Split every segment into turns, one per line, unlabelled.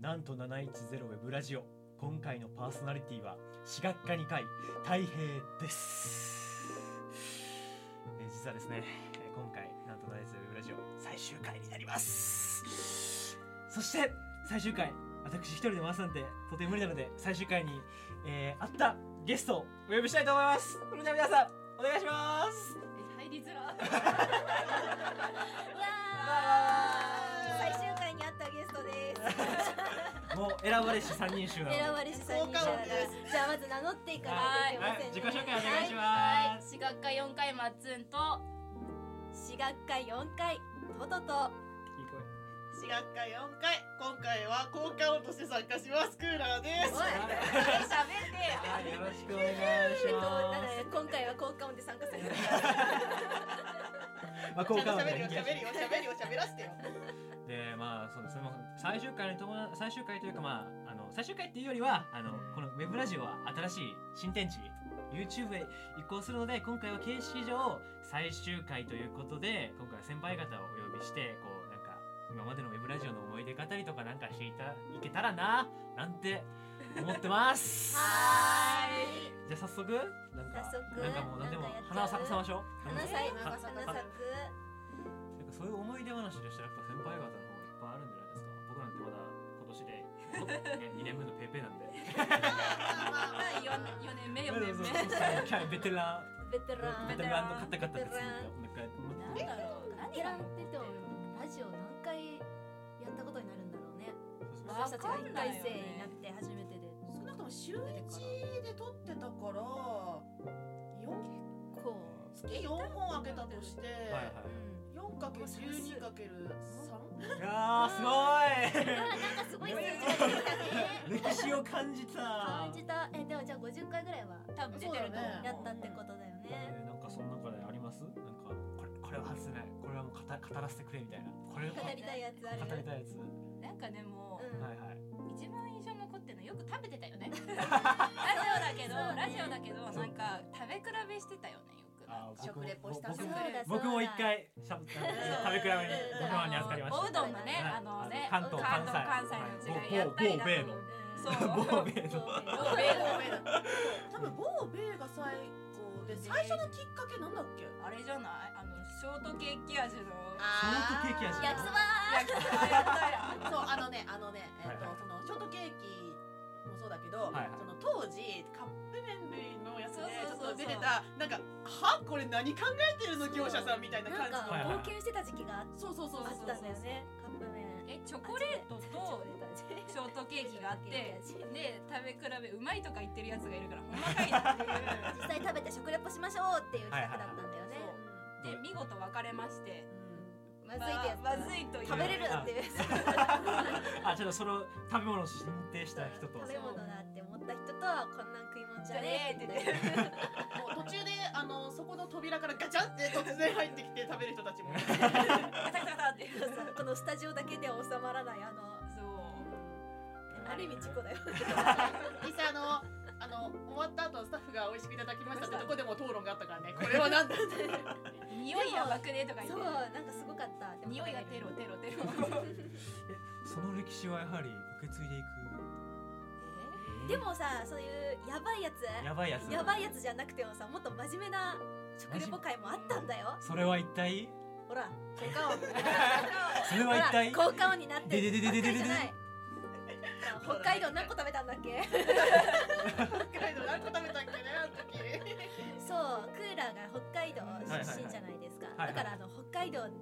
なんと710ウェブラジオ今回のパーソナリティは私学科2回たい平ですえー実はですねえー今回なんと710ウェブラジオ最終回になりますそして最終回私一人で回すなんてとても無理なので最終回に、えー、会ったゲストをお呼びしたいと思いますそれでは皆さんお願いします
入り づら。
最
わ
終回にあったゲストです。
ーもう選ばれし三人衆なので
選ばれし3人だ
好
から
感度で
じゃあまず名乗っていかないといけませんね。
自己紹介お願いし
は
ま
い、
す
私学科四回マッツンと。
私学科4回トトと
いい声
私学科4回今回は効果音として参加しますクーラーです
お
喋
い
はい、
って。
よろしくお願いし
え っと
ま
なんだね今回は効果音で参加する。
す。まあ、
ち
効
ゃんと
果音
喋
で
るよ
人気
喋るよ喋るよ喋らせてよ
で、まあ、そうですね。まあ最終回に伴う、最終回というか、まあ、あの、最終回っていうよりは、あの、このウェブラジオは新しい新天地。YouTube へ移行するので今回は形式上最終回ということで今回は先輩方をお呼びしてこうなんか今までのウェブラジオの思い出語りとかなんかしていたいけたらななんて思ってます
は
じゃあ早速なんか
早速
なんかもう何でも
なんかやっちゃう
花を咲かせましょう
花咲
うん
花咲く。
なんかそういう思い出話でしたらやっぱ先輩方の方がいっぱいあるんじゃないですか僕なんてまだ今年で、ね、2年目 のペーペーなんで
まあ、四年、四年目、四年目。
キャベテラン
ベテラン。
ベテランの方々です
ベテラン
なん
なん
か
だろう。ベテランって言ってもラジオ何回やったことになるんだろうね。
わ
私たちが
かん
1
ない
回
よね
生になって初めてで
少なくとも週1で撮ってたから4
こ
月4本開けたとして
はいは
う。うん。
4かける12かける
いいやー
あなんかすごい数字が出てきたね。
すごい歴史を感じた
感じた。えでもじゃあ50回ぐらいは
多分出てると思う。
そうだね
やったってことだよね。
えーなんかその中でありますなんかこれこれは外せないこれはもう語語らせてくれみたいなこれは
語りたいやつある。
語りたいやつ、
なんかでも、
うん。
はいはい
一番印象に残ってるのよく食べてたよね。ラジオだけど、
そうね
ラジオだけど、なんか食べ比べしてたよね、よく。
あー
食レポした
僕
そう
も
だ
僕も一回しゃぶ食べ比べにご飯に預かりました
おうどんのね、
はい
あのね、
関東
関東
関
関
西
西の
はい
違いやったりだ
某某米
と
の。
そう う。
某米の
某某米の
多分某米が最高で最初のきっかけなんだっけ
あれじゃないあのショートケーキ味の
ショートケーキ味
焼きそば
焼きそばやったやん
そうあのねあのねえっ、と、
はいはい
そのショートケーキもそうだけ
は
ど、
いはい
その当時カップ麺類のやつでち
そ
ょ
うそうそうそう
っと出てたなんかはこれ何考えてるの業者さんみたいな
な
感
ん
じの
はいはい
か冒険してた時期があっ
そうそうそう
あっ
そう
たんだよね。カップ麺。
えチョコレートとショートケーキがあってで
ショートケーキ味
食べ比べうまいとか言ってるやつがいるからほんまかいなっていう
実際食べて食レポしましょうっていう企画だったんだよね。
で見事別れまして
まずいってやつ。
まあまずいという
食べれるっていう。
あちょっとその食べ物を認定した人と
食べ物だって思った人とはこんなん食い物じゃねえって言っ
じゃ
て
ね。
うんもう途中であのそこの扉からガチャって突然入ってきて食べる人たちも
ガタガタガタって
そうそうこのスタジオだけでは収まらないあの
そう
ある意味事故だよ。
実際あのあの終わった後スタッフが美味しくいただきましたってとこでも討論があったからねこれは何だって
匂いやばくねとか言っ
そう
て
なんかすごかった。でも
匂いがテロテロテロ
その歴史はやはり受け継いでいく
でもさそういうやばいやつ
やばいやつ
やばいやつじゃなくてもさもっと真面目な食レポ会もあったんだよ。
それは一体
ほら
効果音
そ れは一体
ほら効果音になってる
ででででででで
ばっかりじゃない北海道何個食べたんだっけ
北海道何個食べたっけねあの 時
そうクーラーが北海道出身じゃないですか、
はいはい
だからあの北海道のお土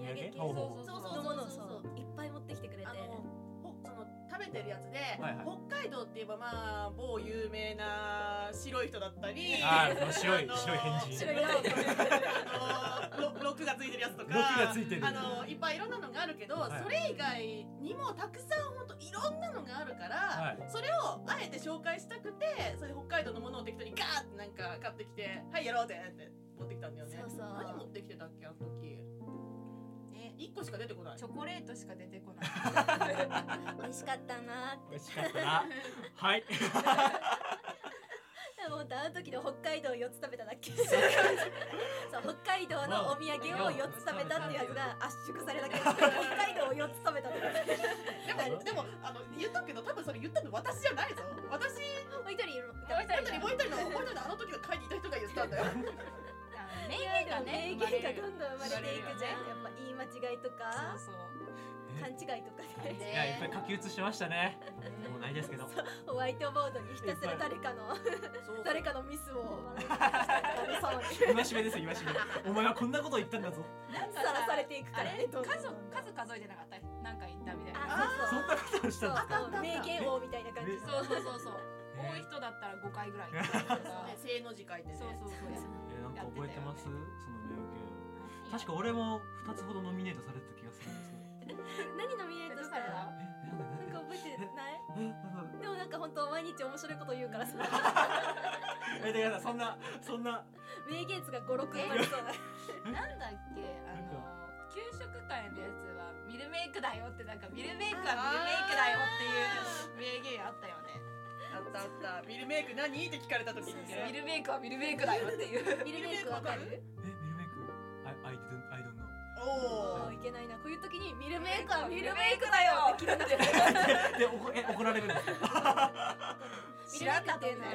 産系
お土産
の
そう
そうそう
ものをそういっぱい持ってきてくれて
あの ほその食べてるやつで、
はいはい
北海道って言えばまあ某有名な白い人だった り
あー白い
あの
白い返事
白いよ
あのロロックがついてるやつとか
ロックがついてる
あのいっぱいいろんなのがあるけど、
はい
それ以外にもたくさん本当いろんなのがあるから、
はい
それをあえて紹介したくてそれで北海道のものを適当にガーってなんか買ってきて「はいやろうぜ」って持ってきたんだよね
そうそう
何持ってきてたっけあの時
ね
1個しか出てこない
チョコレートしか出てこない
美味しかったなーって
美味しかったなはい
でもうあの時の北海道を4つ食べただけ そう北海道のお土産を4つ食べたっていうやつが圧縮されたけど北海道を4つ食べたってこと
でもでもあの言っとくけど多分それ言ったの私じゃないぞ私
もう一人いる
もう一
本当
人
にもう一人のもう一人のあの時の会にいた人が言ったんだよ
名
名
言がね
言がどんどん生
生
ま
ま
れ
れる
てい
よ
くじ
ね
ゃんやっぱ言い間違いとか
そうそう
勘違いとか
い
ね
ややっぱり書き写してましたね
ね
もうないですけど
ホワイトボードにひたすら誰か の
そう
誰かのミスを笑いさ
今しめです今しめお前はこんなこと言ったんだぞ
なんか
らされていくか
あ
ら
れ
ね
数数数えてなかった何回言ったみたいな
あ
そんなことをし
そうそう
たんですか
そうそう名言王みたいな感じの
そうそうそうそう 多い人だったら5回ぐらい言ってたとか
ね正の字書いてね
そうそうそうや
えーなんか覚えてますその名言
確
確か俺も二つほどノミネートされてた気がするんですけど
何ノミネートしたら
えなんだ
なんか覚えてない
えなんだ
でもなんか本当毎日面白いこと言う からさ
えだからそんなそんな
名言数が56生まれそうだ
なんだっけあの給食会のやつはミルメイクだよってなんかミルメイクはミルメイクだよっていう名言あったよね
あったあったミルメイク何って聞かれた時に
ミ
ね
ルメイクはミルメイクだよっていう
ミルメイクわかる
えミルメイク I, I, don't, I don't know
お
も
お
ういけないなこういう時にミルメイクはミルメイクだよって聞いてて
でおこえ怒られるんですか
ミルメイクっていうのは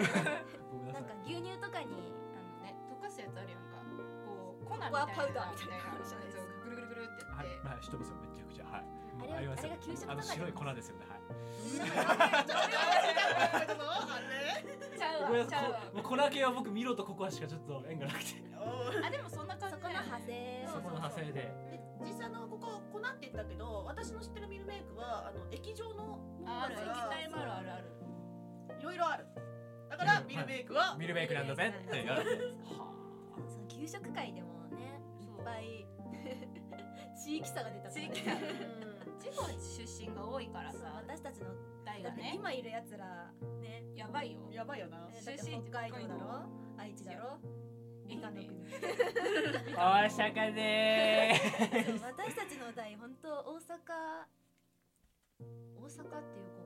ごめんなさ
なん
い
か牛乳とかに
あのね溶かすやつあるやんかこう粉みたいな
ココアパウダーみたいな
やつをぐるぐるぐるってやっ
はい
て
はい知ってますよめちゃくちゃはい
あれ
もう
は
ります
あれが給食とか
あの
で
白い粉ですよねはい
ちゃうわ
ごめんな
ち
さ
ゃ
いう
わ
こもう粉系は僕ミロとココアしかちょっと縁がなくて
あでもそんな
そ
感
こ
じ
の
だよね
派生
そこの派生で
実際のここ粉って言ったけど私の知ってるミルメイクはあの液状の
あある液体もあるあるある
いろいろあるだからミルメイクは
ミルメイクなんだぜって言われては
その給食会でもねい
そ
っ
う
ぱい 地域差が出た
地域
差
差
うん
地方出身が多いからさ
私たちの
代
だ
が
って
ね
今いるやつらね
やばいよ
やばいよな
えだって北海道だろ愛知だろ
愛媛
他の国
あ大阪で
そう私たちの代本当大阪大阪っていう子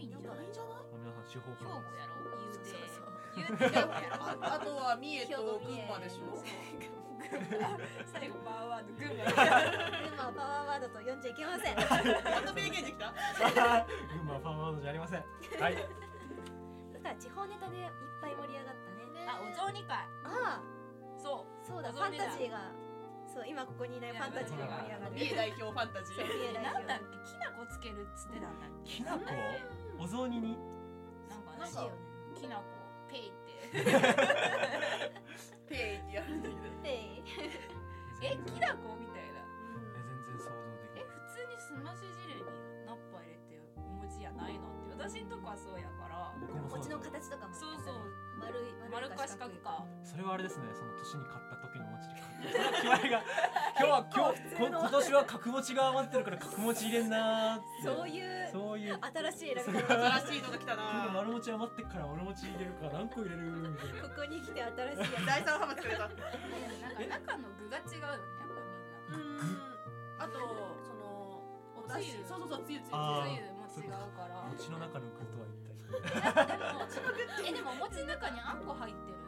いないんじゃない
いんじゃない
ー皆さん地方
兵
から
庫
です
やろ言う
そう
て
そうそう
言うて兵庫やろ
ああとは三重
兵庫
と群馬でしょ
最後パワーワード群馬
群馬はパワーワードと呼んじゃいけません
あんな名言できた
群馬はパワーワードじゃありませんはい
だから地方ネタでいっぱい盛り上がったね
あお雑煮会
ああ
そ
そうだ
お
フ
雑
ァ
煮
ン
だ
タジーがそう今ここにいないファンタジーが盛り上がる
三重代表ファンタジ
そう
ー
三
う
重代
なんだっ
表
けきな粉つけるっつってなんだっけ
きなこお雑煮に
なんか
な
ら
ん
しい
ね
か
よね
きな粉ペイって
ペイってやるんだけど
で
えきな粉みたいな
え全然想像でき
え
ない
普通にすまし汁にナッパ入れてお餅やないのって私んとこはそうやから
僕もそう
餅
だ
の形とかも
そうそう
丸い
丸か四角か
それはあれですねその年に買った時の餅で決まりが 今日は今日こ今年は角餅が余ってるから角餅入れんなーって
そういう
そういう
新しい選び
そ
方
う
新しいのが来た
今度
な
丸餅余ってっから丸餅入れるから何個入れるみたいな
ここに来て新しいや
第三ハマってくれたうん
なんか中の具が違うよねやっぱ
あとそのお
お
出
つ
汁
ゆ
そうそうそうつゆつゆ
あー
みんなつゆも違うから
餅の中の具とは一体
でも えでもお餅の中にあんこ入ってる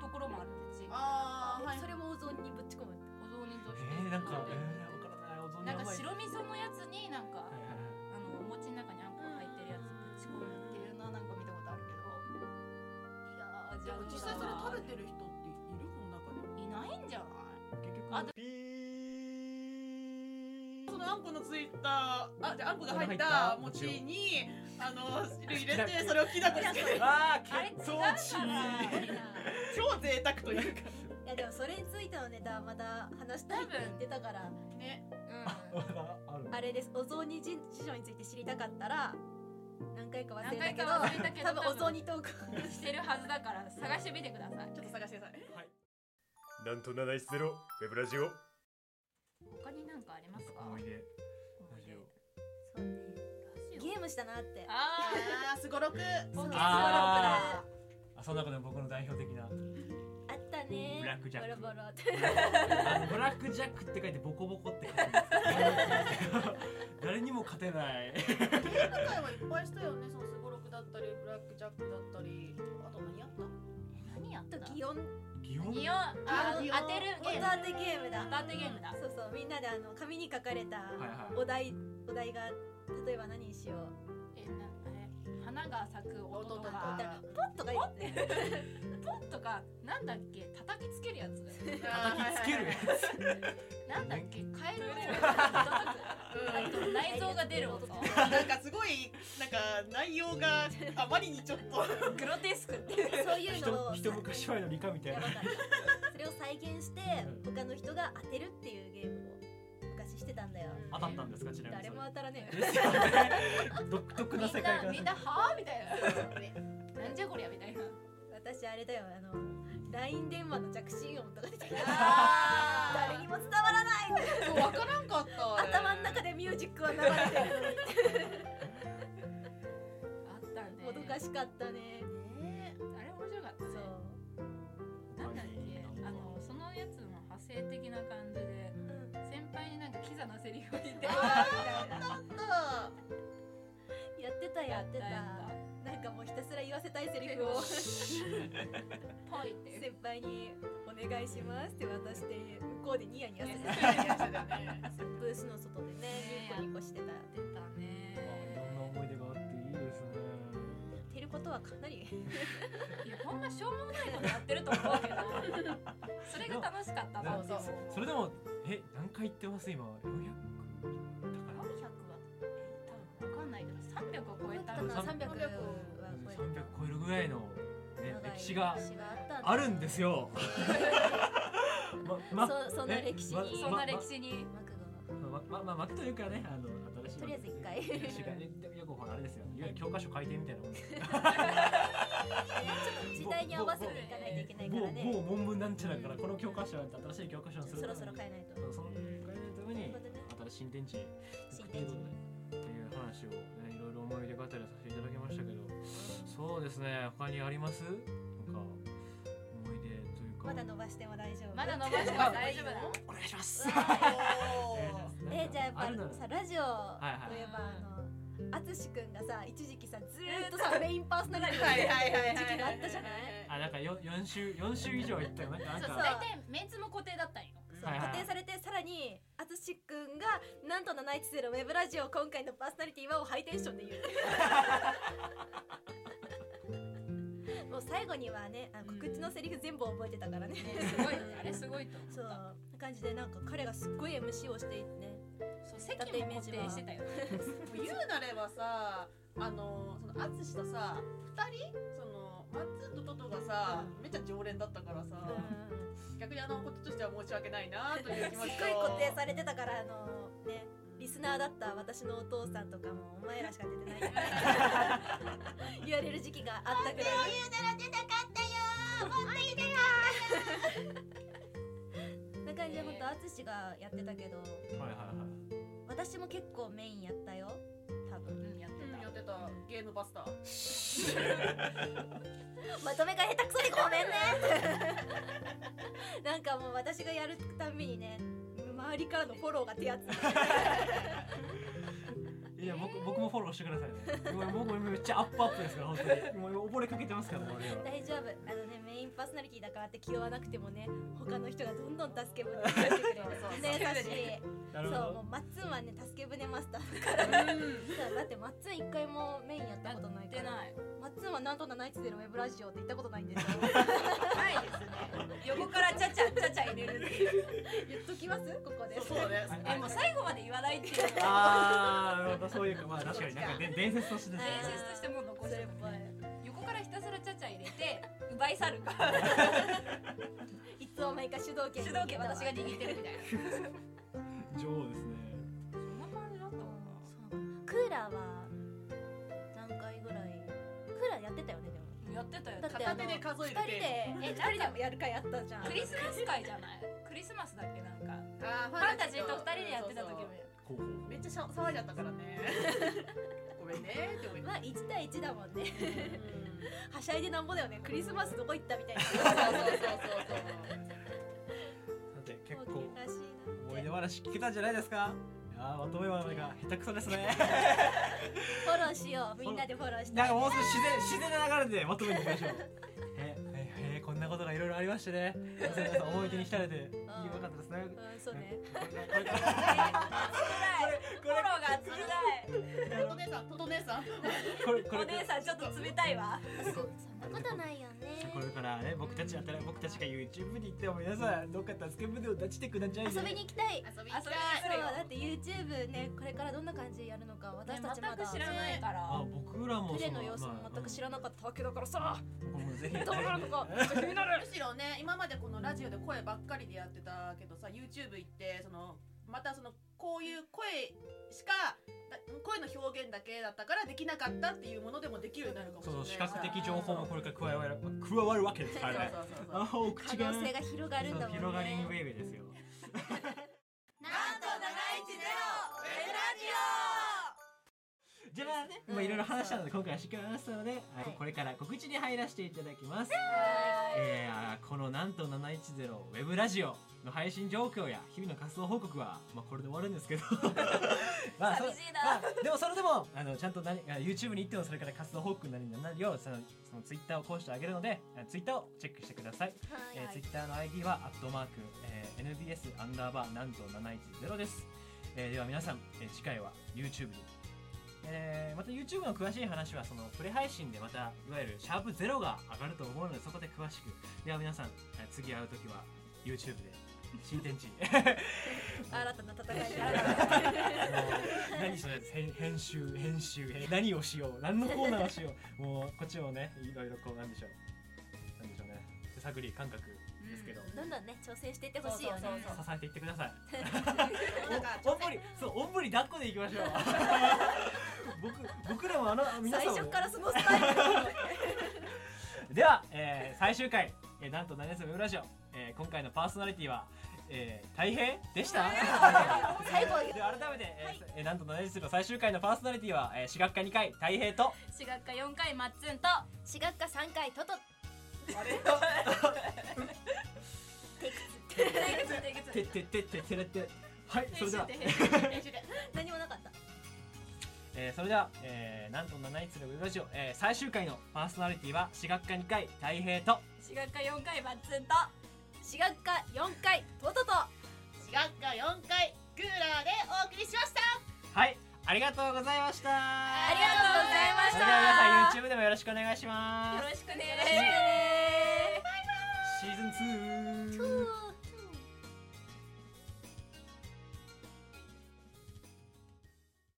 ところもあるんですよ
あーはい
それもお雑煮にぶち込む
お雑煮として
えー、なんかえー、分からないお雑煮
なん
甘
か
い
白味噌のやつになんか
はいはいはい
あのお餅の中にあんこ入ってるやつぶち込むっていうのはなんか見たことあるけどいやーじ
で
ゃ
も
あ
実際それ食べてる人っているこの中で
いないんじゃない
結局
あ
ピ
そのあんこのついたあじゃああんこが入った餅にあの汁入れてそれをきな粉つけ
ー
る
あー
あれ違う
血
か
糖
ら
値
超贅沢というか
いやでもそれについてのネタはまた話したいって言ってたから
ね
まだある
あれですお雑煮事情について知りたかったら何回か忘れたけど
何回か忘れたけど
多分お雑煮トーク
うんしてるはずだから探してみてください
ちょっと探してください
なんと710ウェブラジオ
他になんかありますか
思い出
思い出
そうね
ラジ
ゲームしたなって
オあー
あーすごろく
ポケモン
あ
だ
あその中でも僕の代表的な
あったね
めラックジャ
ボ
ック
ロ ボロって
あのブラックジャックって書いてボコボコって書いてあるんですけど誰にも勝てない
舞台はいっぱいしたよねそのすごろくだったりブラックジャックだったりあと何やった
何やった
と擬音
擬音
擬音あ当
擬
て
音
るゲー
音
ム
当てゲームだ
音当てゲームだ
そうそうみんなであの紙に書かれた
はいはい
お題お題が例えば何にしよう
えなあれ花が咲く音と
だ
か
ったらポッとか言って
ポンとかなんだっけ叩きつけるやつ
叩きつけるやつ
なんだっけカエルの叩くあと内臓が出る 音
うんなんかすごいなんか内容があまりにちょっと
グロテスクっていう
そういうのを
一一昔前の理科みたい
や
な
ばかったそれを再現して他の人が当てるっていうゲームを昔してたんだよ
当たったんですかちなみに
誰も当たらね
そ
え
れですよね独特
みん
な
な
世界観
みんなはあみたいななんじゃこりゃみたいな
私あれだよあの LINE 電話の着信音とか出てきた
あ
誰にも伝わらない
分からんかった
頭の中でミュージックは流れて
ったね
るもどかしかったね
ね
あれ面白かった
そう
ねなんだっけあのそのやつの派生的な感じで
うん
先輩になんかキザなセリフを言って
あーみたいな
あ
やってたやってた
やった
なんかもうひたすら言わせたいセリフを
ぽいって
先輩に「お願いします」って渡して向こうでニヤニヤする
ーいいやつだね
ブースの外でねニコニコしてた
出た
あいろんな
ね
思い出があっていいですね
やってることはかなり
いやほんましょうもないことやってると思うけどそれが楽しかったなって思う
そう
それでもえ何回行ってます今400だから
400は多分わかんないけど300を超えた
な
300は超え
300超えるぐらいの、ね、
長い
歴史が
歴史があっただ
あるんですよ。ま、ま、
そそんな歴史
え
に
そんな歴史に
マクドの
ま、ま、ま、ま、というかね、あの、新しい。
とりあえず一回
歴史がねでもよくほら、あれですよ、いわゆる教科書改定みたいなもんですよ。
時代に合わせていかないといけないから
もう、も
ね
う文文なんちゃらから、この教科書は新しい教科書にする
そ
ために。
ろそろ変えないと
そうその、変えないため
そうい
に
うことね、
新しい新天地。
新天地に
っていう話を、ね、いろいろ思い出語りさせていただきましたけど。そうですね、他にあります。なんか。思い出というか。
まだ伸ばしても大丈夫
まだ伸ばしても大丈夫だ
お願いします。
おー
えじゃあやっぱ
あるなら
さラジ
い
オといえばあの淳くんがさ一時期さずーっとさメインパーソナリティ
はいはいはいはい
時期があったじゃない
あなんかよ四週四週以上行ったよなんかなん
そう
か
う
大体メンツも固定だったんよ
そう
はいはい
固定されてさらに淳くんがなんと710ウェブラジオ今回のパーソナリティはをハイテンションで言うもう最後にはねあの告知のセリフ全部覚えてたからね、
ねすごいねあれすごいと思
そう
った
な感じでなんか彼がすっごい MC をしていてね
そう席も固定してたよ
言うなればさあのその淳とさ2人そのマッツンとトトがさめっちゃ常連だったからさ、逆にあのこととしては申し訳ないなという
すっ
気持
ご
ち
い
と
固定されてたからあのねリスナーだった私のお父さんとかもお前らしか出てない 言われる時期があったくらいな感じで本当淳がやってたけど
はいはいはい
私も結構メインやったよ多
う
分
んやって
うんや
た
ってたゲームバスター
まとめが下手くそでごめんねなんかもう私がやるたんびにね周りからのフォローが手厚い
いや僕僕もフォローしてくださいねもう僕もめっちゃアップアップですから本当に もう溺れかけてますからね俺は
大丈夫あのねメインパーソナリティだからって気負わなくてもね他の人がどんどん助け舟をしてくれる
そう
ね優しい
なる
そう
ほ
もう
ど
マッツンはね助け舟マスターそう だってマッツン一回もメインやったことない
出
から
ない
マッツンはなんと710ウェブラジオって言ったことないんですよ
ないですね横からちゃちゃちゃちゃ入れるっていう
言っときますここで
そうだね
はい
えもう最後まで言わないっていうのが
あーなるほどそういうかまあ確かになんかで伝説としてですね
伝説としてもう残し
そ
て
れっ
る
ぽい
横からひたすらちゃちゃ入れて奪い去るから
いつも毎回主導権
主導権私が
握
握ってるみたいな
女王ですね
そんな感じだったもんな
クーラーは何回ぐらいクーラーやってたよねでも
やってたよ
だってあ
片
の
手で数える
二人
ゲ
で
え
え
なん
二人でもやるかやったじゃん
クリスマス会じゃないクリスマスだっけなんか
ームあ
ファンタジーと二人でやってた時も
そう
候補
そうめっちゃしゃ騒いじゃったから ねごめんね って思いな
まあ
がら
1対1だもんね
うん
はしゃいでなんぼだよねクリスマスどこ行ったみたいな
そうそうそうそうそう
結
冒
構
険らしいなって
思い出話聞けたんじゃないですかいやーまとめ話が下手くそです ね
フォローしようみんなでフォローし
な
た
ん
い
かもう少し自然自然な流れでまとめていきましょうえええこんなことがいろいろありましてね皆さん皆さん思い出に浸れてよかったですね
うんそうね
これから
フォローが冷
トト姉さんトト姉 さん
これこ
たい。お
れ
姉さんちょっと冷たいわ。
そんなことないよね
これからね僕たちだったら僕たちが YouTube に行っても皆さんどっか助け舟を立ちてくださいね
遊びに行きたい
遊び
遊びに
そ
来るよ。
うだって YouTube ねこれからどんな感じでやるのか私たちまだ
全く知らないから。
あ僕らも
プレイの様子も全く知らなかったわけだからさ
僕もぜひ
どうなるのかめっちゃ気になる
むしろね今までこのラジオで声ばっかりでやってたけどさ YouTube 行ってそのまたそのこういう声しかだ声の表現だけだったからできなかったっていうものでもできるようになるかもし
そ
れな
の
い
視
し
覚的情報もこれから加わる加わるわけですからね
そうそうそうそう
あお
可
口が
能性が広がるんだもんね
広がりウェーブですよ
なんと
じゃあね、まあいろいろ話したので今回はしっかり話したので、はいこれから告知に入らせていただきます。えーあーこのなんと710ウェブラジオの配信状況や日々の活動報告は、まあこれで終わるんです けど、まあそ
寂しいな。
まあでもそれでもあのちゃんと何あ YouTube に行ってもそれから活動報告なりになるようそのその Twitter を講してあげるので、Twitter をチェックしてください。
はい
えー、ツイッターの ID は、アットマーク、えー NBS アンダーバーなんと710です。えーでは皆さん、えー次回は YouTube に。えーまた YouTube の詳しい話は、そのプレ配信でまた、いわゆるシャープゼロが上がると思うので、そこで詳しく。では皆さん、えー次会うときは YouTube で、新天地。
新たな戦い
あ
が
の何それ編編集編集え何をしよう何のコーナーをしようもうこっちをねいろいろこうなんでしょうなんでしょうね手探り感覚ですけど、
どんどんね挑戦していってほしいよね
そうそうそ
支
う
えていってください
なんか
おおんぶりそうおんぶり抱っこでいきまし ょう僕僕らもあの皆さん
最
も
初からそのスタイル
では、えー最終回、えーなんと何ですウェブラジオ、えー今回のパーソナリティは、えー、大平でした
最後
で改めて、えーえーなんと何ですの最終回のパーソナリティは、えー、私学科2回大平と
私学科四回マッツンと。
私学科3回トト
てってってってってれってはいそれでは、
練習で
何もなかった
えーそれでは、えーなんと何ですのウェブラジオ、えー最終回のパーソナリティは私学科2回大平と
私学科四回マッツンと。
私学科4回トトと
私学科4回クーラーでお送りしました
はいありがとうございました
ありがとうございまし
それでは皆
た。
さん YouTube でもよろしくお願いします
よろしくね。
シーズン2
ふう